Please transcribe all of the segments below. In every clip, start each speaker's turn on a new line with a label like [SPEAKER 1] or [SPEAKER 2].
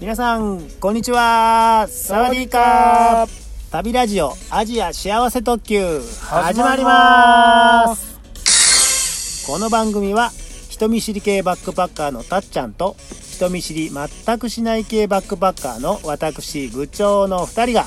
[SPEAKER 1] 皆さんこんにちはサワディーカー旅ラジオアジア幸せ特急始まりますこの番組は人見知り系バックパッカーのたっちゃんと人見知り全くしない系バックパッカーの私部長の2人が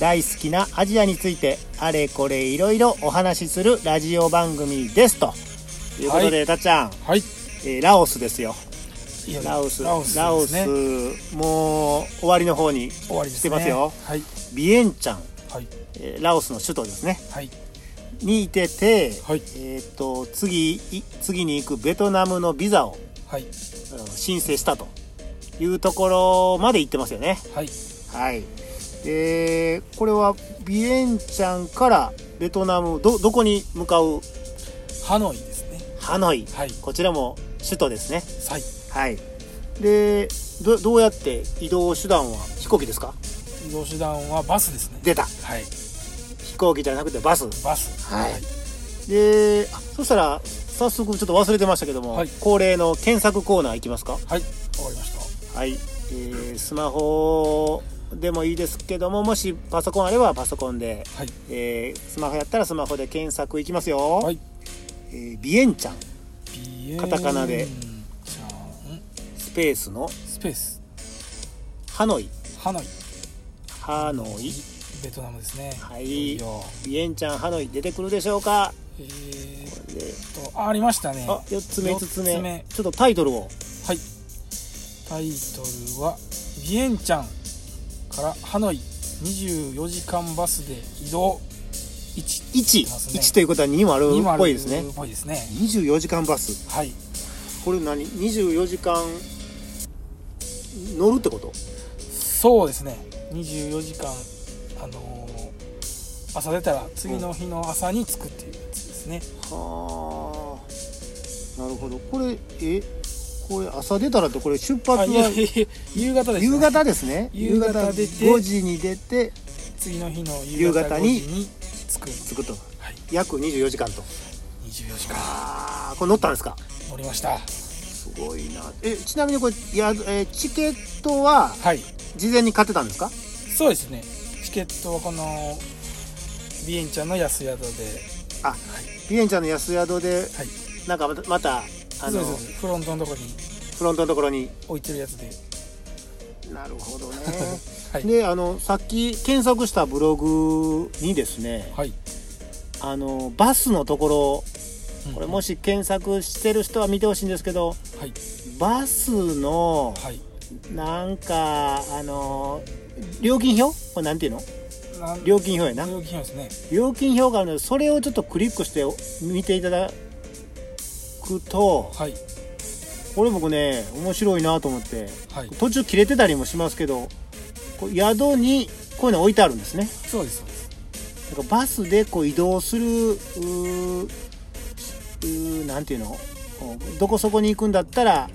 [SPEAKER 1] 大好きなアジアについてあれこれいろいろお話しするラジオ番組ですということで、たっちゃん、
[SPEAKER 2] はい
[SPEAKER 1] えーラオスですよ
[SPEAKER 2] いや
[SPEAKER 1] ラオス
[SPEAKER 2] ラオス
[SPEAKER 1] ラオ
[SPEAKER 2] です
[SPEAKER 1] ス
[SPEAKER 2] ね
[SPEAKER 1] もう終わりの方に
[SPEAKER 2] 終わりで
[SPEAKER 1] 来
[SPEAKER 2] す
[SPEAKER 1] て
[SPEAKER 2] ね
[SPEAKER 1] ますよ
[SPEAKER 2] はい
[SPEAKER 1] ビエンチャン、
[SPEAKER 2] はい
[SPEAKER 1] えーラオスの首都ですね
[SPEAKER 2] はい
[SPEAKER 1] にいてて、
[SPEAKER 2] はい
[SPEAKER 1] えー、と次い次に行くベトナムのビザを、
[SPEAKER 2] はい
[SPEAKER 1] うん申請したというところまで行ってますよね
[SPEAKER 2] はい
[SPEAKER 1] はいでこれはビエンチャンからベトナムどどこに向かう
[SPEAKER 2] ハノイですね
[SPEAKER 1] ハノイ
[SPEAKER 2] はい
[SPEAKER 1] こちらも首都ですね
[SPEAKER 2] サイ
[SPEAKER 1] はいでどどうやって移動手段は飛行機ですか
[SPEAKER 2] 移動手段はバスですね
[SPEAKER 1] 出た
[SPEAKER 2] はい
[SPEAKER 1] 飛行機じゃなくてバス
[SPEAKER 2] バス
[SPEAKER 1] はいであそしたら早速ちょっと忘れてましたけども、
[SPEAKER 2] はい
[SPEAKER 1] 恒例の検索コーナーいきますか
[SPEAKER 2] はい終わりました
[SPEAKER 1] はい、えースマホでもいいですけどももしパソコンあればパソコンで、
[SPEAKER 2] はい
[SPEAKER 1] えースマホやったらスマホで検索いきますよ、
[SPEAKER 2] はい
[SPEAKER 1] えービエンチャン
[SPEAKER 2] ビエン
[SPEAKER 1] カタカナで
[SPEAKER 2] チャン
[SPEAKER 1] スペースの
[SPEAKER 2] スペース
[SPEAKER 1] ハノイ
[SPEAKER 2] ハノイ
[SPEAKER 1] ハノイ
[SPEAKER 2] ベトナムですね
[SPEAKER 1] はい
[SPEAKER 2] いよ
[SPEAKER 1] ビエンチャンハノイ出てくるでしょうか
[SPEAKER 2] えー
[SPEAKER 1] これで
[SPEAKER 2] っとあありましたね
[SPEAKER 1] あ4つ目5つ目
[SPEAKER 2] 四つ目
[SPEAKER 1] ちょっとタイトルを
[SPEAKER 2] はいタイトルは「ビエンチャンからハノイ24時間バスで移動1」
[SPEAKER 1] 1、
[SPEAKER 2] ますね
[SPEAKER 1] 1ということは2もある
[SPEAKER 2] にもあ
[SPEAKER 1] っ
[SPEAKER 2] る
[SPEAKER 1] ぽいですね
[SPEAKER 2] っぽいですね
[SPEAKER 1] 24時間バス
[SPEAKER 2] はい
[SPEAKER 1] これ何24時間乗るってこと
[SPEAKER 2] そうですね24時間あのー朝出たら次の日の朝に着くっていうやつですね、
[SPEAKER 1] はあなるほどこれえこれ朝出たらってこれ出発
[SPEAKER 2] あいや
[SPEAKER 1] はい
[SPEAKER 2] やいや夕方です、ね、
[SPEAKER 1] 夕方ですね
[SPEAKER 2] 夕方出て
[SPEAKER 1] 夕5時に出て
[SPEAKER 2] 次の日の
[SPEAKER 1] 夕
[SPEAKER 2] 夕
[SPEAKER 1] 方
[SPEAKER 2] 方
[SPEAKER 1] に
[SPEAKER 2] に時に着く
[SPEAKER 1] 着くと
[SPEAKER 2] はい
[SPEAKER 1] 約24時間と
[SPEAKER 2] 24時間
[SPEAKER 1] ああこれ乗ったんですか
[SPEAKER 2] 乗りました
[SPEAKER 1] すごいなえちなみにこれや、えーチケットは
[SPEAKER 2] はい
[SPEAKER 1] 事前に買ってたんですか
[SPEAKER 2] そうですねチケットはこのビエンチャンの安宿で
[SPEAKER 1] あ、ピエンちゃんの安宿で
[SPEAKER 2] はい
[SPEAKER 1] なんかまたまたあ
[SPEAKER 2] そう
[SPEAKER 1] の
[SPEAKER 2] そうそうフロントのとこに
[SPEAKER 1] フロントのところに
[SPEAKER 2] 置いてるやつで
[SPEAKER 1] なるほどね
[SPEAKER 2] はい
[SPEAKER 1] であのさっき検索したブログにですね
[SPEAKER 2] はい
[SPEAKER 1] あのバスのとこ
[SPEAKER 2] うん
[SPEAKER 1] ろこれもし検索してる人は見てほしいんですけど
[SPEAKER 2] はい
[SPEAKER 1] バスの
[SPEAKER 2] はい
[SPEAKER 1] なんかあの料金表これなんていうの
[SPEAKER 2] なん
[SPEAKER 1] 料金表やな
[SPEAKER 2] 料金表ですね
[SPEAKER 1] 料金表があるのでそれをちょっとクリックして見ていただくと
[SPEAKER 2] はい
[SPEAKER 1] これ僕ね面白いなと思って
[SPEAKER 2] はい
[SPEAKER 1] 途中切れてたりもしますけどこう宿にこういうの置いてあるんですね
[SPEAKER 2] そうですそうです
[SPEAKER 1] なんかバスでこう移動するうーうーなんていうのこうどこそこに行くんだったら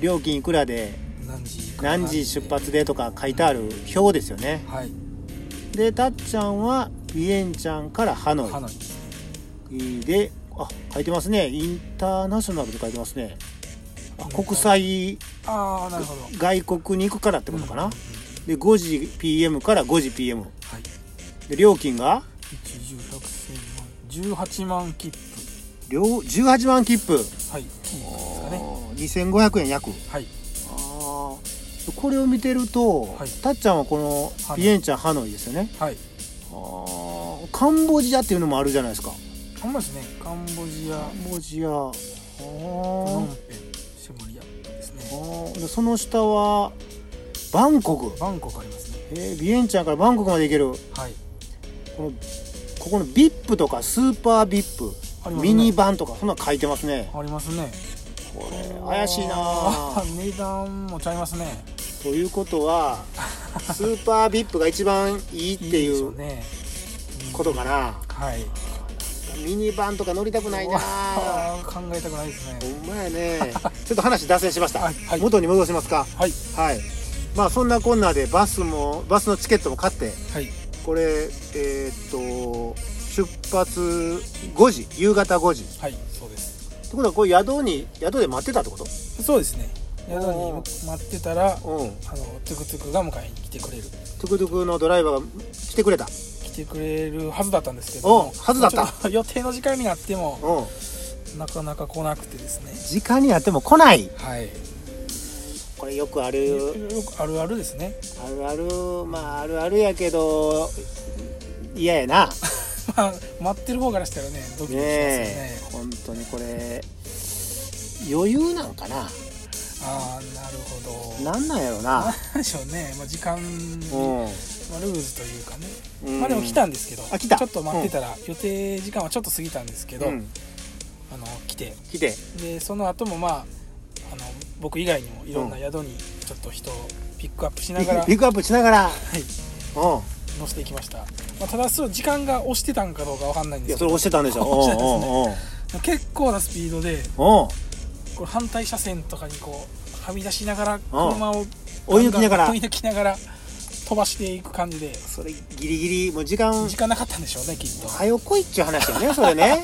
[SPEAKER 1] 料金いくらで
[SPEAKER 2] 何時から
[SPEAKER 1] 何時出発でとか書いてある表ですよね
[SPEAKER 2] はい
[SPEAKER 1] でたっちゃんはビエンチャンからハノ
[SPEAKER 2] ハノイ
[SPEAKER 1] イであ書いてますねインターナショナルで書いてますねあ
[SPEAKER 2] うん
[SPEAKER 1] 国際
[SPEAKER 2] ああなるほどっ
[SPEAKER 1] 外国に行くからって
[SPEAKER 2] て
[SPEAKER 1] ことかなで5時 PM から5時 PM
[SPEAKER 2] はい
[SPEAKER 1] で料金が
[SPEAKER 2] 1 0 1 0 0 0 18万切符
[SPEAKER 1] 両18万切符
[SPEAKER 2] はい切符ですかね
[SPEAKER 1] 2500円約
[SPEAKER 2] はい
[SPEAKER 1] あーこれを見てると、
[SPEAKER 2] はい
[SPEAKER 1] たっちゃんはこの
[SPEAKER 2] ハノイ
[SPEAKER 1] ビエンチャンハノイですよね
[SPEAKER 2] はい
[SPEAKER 1] ああカンボジアっていうのもあるじゃないですか
[SPEAKER 2] ほんまですねカンボジア
[SPEAKER 1] カンボジアあ
[SPEAKER 2] プノン
[SPEAKER 1] ー
[SPEAKER 2] ペンシェムリアですね
[SPEAKER 1] あーでその下はバンコク
[SPEAKER 2] バンコクありますね
[SPEAKER 1] えービエンチャンからバンコクまで行ける
[SPEAKER 2] はい
[SPEAKER 1] このここの VIP とかスーパー VIP
[SPEAKER 2] あります
[SPEAKER 1] ミ
[SPEAKER 2] ね
[SPEAKER 1] ニバンとかそんなの書いてますね
[SPEAKER 2] ありますね
[SPEAKER 1] これ怪しいな
[SPEAKER 2] あ
[SPEAKER 1] あ
[SPEAKER 2] ー 値段もちゃいますね
[SPEAKER 1] ということ はスーパー VIP が一番いいって
[SPEAKER 2] で
[SPEAKER 1] い
[SPEAKER 2] しょ
[SPEAKER 1] う
[SPEAKER 2] ね
[SPEAKER 1] ことかな
[SPEAKER 2] はい
[SPEAKER 1] ミニバンとか乗りたく ないなほ
[SPEAKER 2] あー 考えたくないですね
[SPEAKER 1] んまやねちょっと話脱線しました、
[SPEAKER 2] はいはい
[SPEAKER 1] 元に戻しますか
[SPEAKER 2] はい
[SPEAKER 1] はいまあそんなこんなでバスもバスのチケットも買って
[SPEAKER 2] はい
[SPEAKER 1] これえーっと出発5時夕方5時っ
[SPEAKER 2] はいそうです
[SPEAKER 1] てことはこれ宿に宿で待ってたってこと
[SPEAKER 2] そうですね宿に待ってたらあの
[SPEAKER 1] うん
[SPEAKER 2] トゥクトゥクが迎えに来てくれる
[SPEAKER 1] トゥクトゥクのドライバーが来てくれた
[SPEAKER 2] 来てくれるはずだったんですけど
[SPEAKER 1] おう
[SPEAKER 2] も
[SPEAKER 1] はずだった
[SPEAKER 2] ちょと 予定の時間になっても
[SPEAKER 1] うん
[SPEAKER 2] なかなか来なくてですね
[SPEAKER 1] 時間になっても来ない
[SPEAKER 2] はい
[SPEAKER 1] これよくあ
[SPEAKER 2] よ
[SPEAKER 1] る
[SPEAKER 2] くあるあるですね
[SPEAKER 1] あるあるまああるあるやけど嫌やな
[SPEAKER 2] まあ待ってる方からしたらねドキドキしますよね
[SPEAKER 1] ねえ本当にこれ余裕なんかな
[SPEAKER 2] ああなるほど
[SPEAKER 1] なんなんやろ
[SPEAKER 2] な
[SPEAKER 1] なん
[SPEAKER 2] でしょうね、まあ、時間に、
[SPEAKER 1] う
[SPEAKER 2] まあ、ルーズというかね
[SPEAKER 1] ん
[SPEAKER 2] まあでも来たんですけど、
[SPEAKER 1] あ来た
[SPEAKER 2] ちょっと待ってたら、予定時間はちょっと過ぎたんですけど、
[SPEAKER 1] うん
[SPEAKER 2] あの来て
[SPEAKER 1] 来て
[SPEAKER 2] でその後もまああの僕以外にもいろんな宿にちょっと人をピックアップしながら、
[SPEAKER 1] ピックアップしながら
[SPEAKER 2] はい、
[SPEAKER 1] う
[SPEAKER 2] 乗せていきました、まあ、ただそう時間が押してたんかどうかわかんないん
[SPEAKER 1] んい
[SPEAKER 2] で
[SPEAKER 1] や
[SPEAKER 2] す
[SPEAKER 1] そ
[SPEAKER 2] け
[SPEAKER 1] れ
[SPEAKER 2] ど
[SPEAKER 1] 押してたんでしょ
[SPEAKER 2] 押してたんです
[SPEAKER 1] うんうん
[SPEAKER 2] 結構なスピードで
[SPEAKER 1] うんうん
[SPEAKER 2] これ反対車線とかにこうはみ出しながら車を
[SPEAKER 1] 追い抜きながら
[SPEAKER 2] 追い抜きながら飛ばしていく感じで
[SPEAKER 1] それギリギリもう時間
[SPEAKER 2] 時間なかったんでしょうねきっと
[SPEAKER 1] 早来いっちゅう話よねそれ ね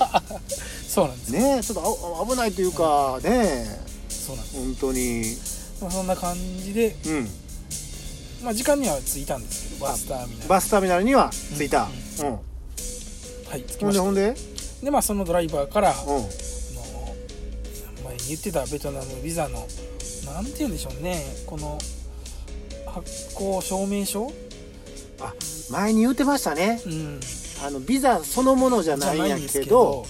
[SPEAKER 2] そうなんです、
[SPEAKER 1] ねえちょっとあ危ないというかねえ
[SPEAKER 2] そうなんです
[SPEAKER 1] 本当に
[SPEAKER 2] まあそんな感じで、
[SPEAKER 1] うん
[SPEAKER 2] まあ、時間には着いたんですけどバスターミナル
[SPEAKER 1] バスターミナルには着いたうん
[SPEAKER 2] はい着き
[SPEAKER 1] ほ
[SPEAKER 2] ま
[SPEAKER 1] んで
[SPEAKER 2] した
[SPEAKER 1] ほんで
[SPEAKER 2] でまあそのドライバーから、あの
[SPEAKER 1] うん
[SPEAKER 2] 前に言ってたベトナムビザのなんて言うんでしょうねこの発行証明書、
[SPEAKER 1] あ前に言ってましたね
[SPEAKER 2] うん、
[SPEAKER 1] あのビザそのものじゃないんや
[SPEAKER 2] じゃ
[SPEAKER 1] けど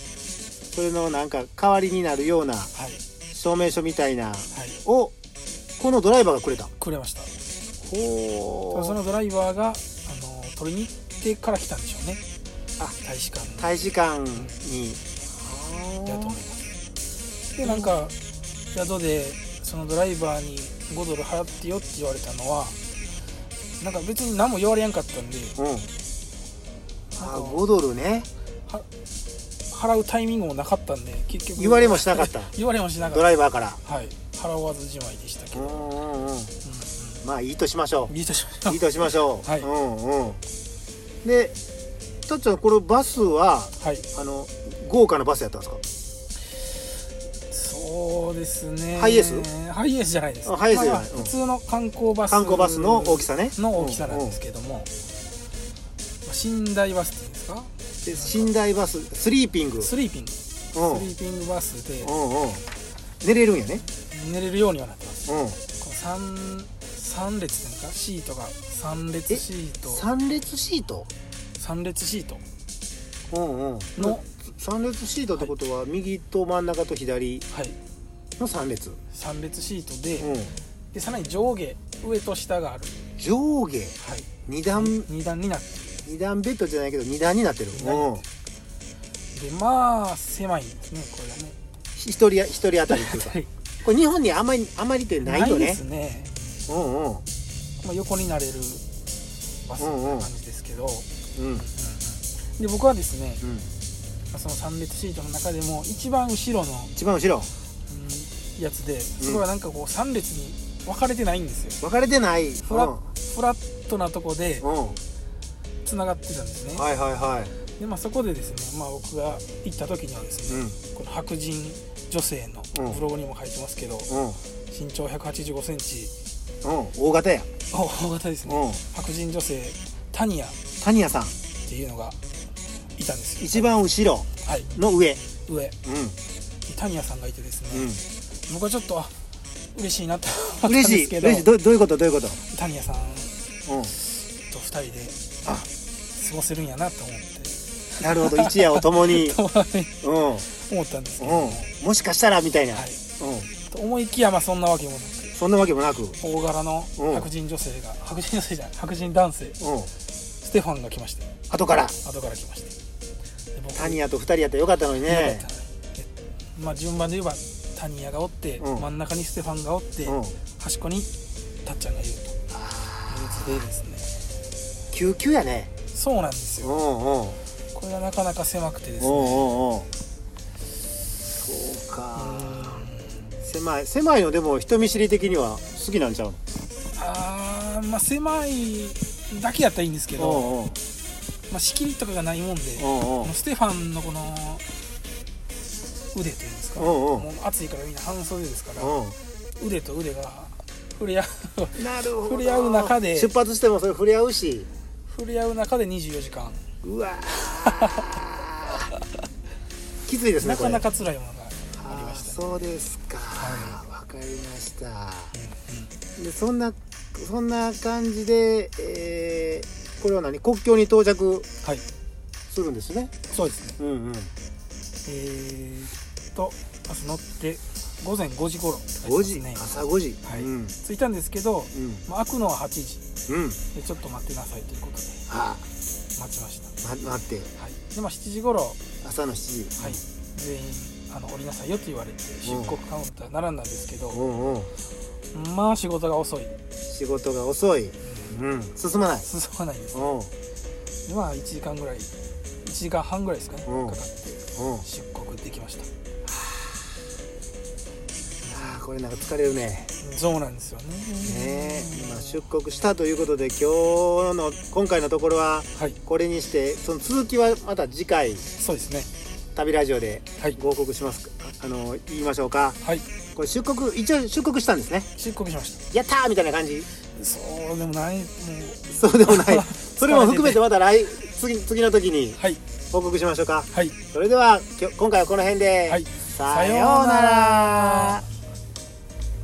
[SPEAKER 1] それのなんか代わりになるような
[SPEAKER 2] はい
[SPEAKER 1] 証明書みたいな
[SPEAKER 2] はい
[SPEAKER 1] をこのドライバーがくれた
[SPEAKER 2] くれました
[SPEAKER 1] ほ
[SPEAKER 2] そのドライバーがあの取りに行ってから来たんでしょうね
[SPEAKER 1] あ
[SPEAKER 2] 大使館に
[SPEAKER 1] 大使館に
[SPEAKER 2] だと思いますでなんか宿でそのドライバーに5ドル払ってよって言われたのはなんか別に何も言われやんかったんで
[SPEAKER 1] うん
[SPEAKER 2] なん
[SPEAKER 1] あ
[SPEAKER 2] か
[SPEAKER 1] 5ドルね
[SPEAKER 2] 払うタイミングもなかったんで結局
[SPEAKER 1] 言われもしなかった
[SPEAKER 2] 言われもしなか
[SPEAKER 1] ド
[SPEAKER 2] っ
[SPEAKER 1] ライバーから
[SPEAKER 2] たはい払わずじまいでしたけ
[SPEAKER 1] う
[SPEAKER 2] ど、う
[SPEAKER 1] んうん
[SPEAKER 2] ん
[SPEAKER 1] うん
[SPEAKER 2] う
[SPEAKER 1] まあいいとしましょ
[SPEAKER 2] ん、いい とし
[SPEAKER 1] う
[SPEAKER 2] ま
[SPEAKER 1] いい
[SPEAKER 2] し
[SPEAKER 1] としましょう
[SPEAKER 2] はい
[SPEAKER 1] うんうんでたっちゃんこれバスは
[SPEAKER 2] たはい
[SPEAKER 1] あの豪華なバスやったんです
[SPEAKER 2] そうですね
[SPEAKER 1] ハイエー
[SPEAKER 2] ハイエースじゃないです
[SPEAKER 1] あハイエースじゃない
[SPEAKER 2] まあ
[SPEAKER 1] うん
[SPEAKER 2] 普通の観光バ
[SPEAKER 1] か
[SPEAKER 2] ス
[SPEAKER 1] 観光バスの大きさね
[SPEAKER 2] の大きさなんです
[SPEAKER 1] け
[SPEAKER 2] けども、まあ寝台バスっていうんですか
[SPEAKER 1] ど寝台バススリーピング
[SPEAKER 2] スリーピングス
[SPEAKER 1] うん
[SPEAKER 2] リーピングバスで
[SPEAKER 1] うんうん寝れるんやね
[SPEAKER 2] 寝れるようにはなってます
[SPEAKER 1] うん
[SPEAKER 2] この三三列っていうんですかシートが3列シート
[SPEAKER 1] 3列シート
[SPEAKER 2] 3列シート
[SPEAKER 1] うんうん
[SPEAKER 2] の
[SPEAKER 1] 3列シートってことは右と真ん中と左
[SPEAKER 2] はい
[SPEAKER 1] の3列
[SPEAKER 2] 3列シートで,、
[SPEAKER 1] うん
[SPEAKER 2] でさらに上下上と下がある、
[SPEAKER 1] 上下
[SPEAKER 2] はい、
[SPEAKER 1] 2段
[SPEAKER 2] 2段になって
[SPEAKER 1] 二段ベッドじゃないけど2段になってる
[SPEAKER 2] 二段
[SPEAKER 1] うん
[SPEAKER 2] るでまあ狭いんですねこれがね
[SPEAKER 1] 1人や一人当たりっていうか
[SPEAKER 2] はい
[SPEAKER 1] これ日本にあまりあまりってないよ
[SPEAKER 2] で
[SPEAKER 1] ね
[SPEAKER 2] すね、
[SPEAKER 1] うんうん
[SPEAKER 2] まあ、横になれるバスみたいな感じですけど、
[SPEAKER 1] うん
[SPEAKER 2] で僕はですね
[SPEAKER 1] うん
[SPEAKER 2] まあその3列シートの中でも一番後ろの、
[SPEAKER 1] 一番後ろ
[SPEAKER 2] うんやつでそこはなんかこう3列に分かれてないんですよ
[SPEAKER 1] 分かれてないうん
[SPEAKER 2] フラフラットなとこで
[SPEAKER 1] うん
[SPEAKER 2] つながってたんですね
[SPEAKER 1] はいはいはい
[SPEAKER 2] で、まあ、そこでですね、まあ、僕が行った時にはです
[SPEAKER 1] う
[SPEAKER 2] ね、
[SPEAKER 1] ん
[SPEAKER 2] この白人女性の
[SPEAKER 1] うん
[SPEAKER 2] ブログにも書いてますけど、
[SPEAKER 1] うん
[SPEAKER 2] 身長1 8 5センチ
[SPEAKER 1] うん大型や
[SPEAKER 2] お大型ですね、
[SPEAKER 1] うん
[SPEAKER 2] 白人女性タニアっ
[SPEAKER 1] 谷谷さん
[SPEAKER 2] ていうのがいたんですよ
[SPEAKER 1] 一番後ろ
[SPEAKER 2] はい
[SPEAKER 1] の上
[SPEAKER 2] 上
[SPEAKER 1] う
[SPEAKER 2] タニアさんがいてです
[SPEAKER 1] んうん
[SPEAKER 2] ね、僕はちょっとあ嬉しいなと思ったんで
[SPEAKER 1] 嬉し
[SPEAKER 2] す
[SPEAKER 1] い
[SPEAKER 2] けど
[SPEAKER 1] 嬉しいどどういうことどういうこと
[SPEAKER 2] タニアさん
[SPEAKER 1] う
[SPEAKER 2] と2人で
[SPEAKER 1] あ
[SPEAKER 2] 過ごせるんやなと思って
[SPEAKER 1] んなるほど一夜を共 にうんうん
[SPEAKER 2] 思ったんですけど、はい、
[SPEAKER 1] もしかしたらみたいな、う
[SPEAKER 2] と思いきやまあそんなわけもなく
[SPEAKER 1] んそんなわけもなくうん
[SPEAKER 2] 大柄の白人女性が白人女性じゃない白人男性ステファンが来まして
[SPEAKER 1] 後から
[SPEAKER 2] 後から来ましてで僕
[SPEAKER 1] タニアと二人やったらよかったのに
[SPEAKER 2] よ
[SPEAKER 1] ね
[SPEAKER 2] かったなでまあ、順番で言えばタニアがおって、
[SPEAKER 1] うん
[SPEAKER 2] 真ん中にステファンがおって、
[SPEAKER 1] うん
[SPEAKER 2] 端っこにタッちゃんがいるというやつでですね
[SPEAKER 1] 救急やね
[SPEAKER 2] そうなんです
[SPEAKER 1] う
[SPEAKER 2] よ
[SPEAKER 1] んうん
[SPEAKER 2] これがなかなか狭くてです
[SPEAKER 1] う
[SPEAKER 2] ね
[SPEAKER 1] んうんうんそう
[SPEAKER 2] うー
[SPEAKER 1] か
[SPEAKER 2] ん
[SPEAKER 1] 狭い狭いのでも人見知り的には好きなんちゃう
[SPEAKER 2] あーまあ狭いだけやったらいいんですけど、
[SPEAKER 1] の
[SPEAKER 2] まあ、仕切りとかがないもんで、
[SPEAKER 1] うんうんうん
[SPEAKER 2] もうステファンのこの腕というんですか、
[SPEAKER 1] うんうん
[SPEAKER 2] もう暑いからみんな半袖ですから、
[SPEAKER 1] うんうん
[SPEAKER 2] 腕と腕が触れ合う
[SPEAKER 1] なるほど
[SPEAKER 2] 触れ合う中で
[SPEAKER 1] 出発してもそれ触れ合うし
[SPEAKER 2] 触れ合う中で24時間
[SPEAKER 1] う わーきついですね
[SPEAKER 2] な
[SPEAKER 1] こ
[SPEAKER 2] か
[SPEAKER 1] れ
[SPEAKER 2] なか辛いものがあり
[SPEAKER 1] あ
[SPEAKER 2] ま
[SPEAKER 1] ー
[SPEAKER 2] した
[SPEAKER 1] そうですか
[SPEAKER 2] は
[SPEAKER 1] わかりました
[SPEAKER 2] う
[SPEAKER 1] でそんなそんな感じで、えーこれは何国境に到着
[SPEAKER 2] んはい
[SPEAKER 1] するんですね
[SPEAKER 2] そうですね
[SPEAKER 1] うんうん
[SPEAKER 2] えー、っとまず乗って午前5時頃
[SPEAKER 1] 5時、
[SPEAKER 2] ね
[SPEAKER 1] 朝5時
[SPEAKER 2] はい
[SPEAKER 1] うん
[SPEAKER 2] 着いたんですけど、
[SPEAKER 1] うん
[SPEAKER 2] まあ、開くのは8時
[SPEAKER 1] うん
[SPEAKER 2] でちょっと待ってなさいということで
[SPEAKER 1] あ
[SPEAKER 2] 待ちました
[SPEAKER 1] ま待って
[SPEAKER 2] はい、でまあ7時頃、は
[SPEAKER 1] 朝の7時
[SPEAKER 2] い、全員あの降りなさいよって言われて出国カウンター並んだんですけど、
[SPEAKER 1] うんうん
[SPEAKER 2] まあ仕事が遅い
[SPEAKER 1] 仕事が遅いうん進まない
[SPEAKER 2] 進まないです
[SPEAKER 1] うんうん
[SPEAKER 2] でまあ1時間ぐらい1時間半ぐらいですかね
[SPEAKER 1] うん
[SPEAKER 2] かかって出国できました
[SPEAKER 1] あーこれなんか疲れるね
[SPEAKER 2] そうなんですよね
[SPEAKER 1] ねえ今出国したということで今日の今回のところは
[SPEAKER 2] はい
[SPEAKER 1] これにしてその続きはまた次回
[SPEAKER 2] そうですね
[SPEAKER 1] 旅ラジオで
[SPEAKER 2] はい
[SPEAKER 1] ご報告しますあの言いましょうか
[SPEAKER 2] はい
[SPEAKER 1] これ出国一応出国したんですね
[SPEAKER 2] 出国しまし
[SPEAKER 1] やったーみたいな感じ
[SPEAKER 2] たそうでもないもう
[SPEAKER 1] そうでもないそれも含めて
[SPEAKER 2] は
[SPEAKER 1] また来次次の時に
[SPEAKER 2] い
[SPEAKER 1] 報告しましょうか
[SPEAKER 2] はい
[SPEAKER 1] それではきょ今回はこの辺で、
[SPEAKER 2] はい
[SPEAKER 1] さようなら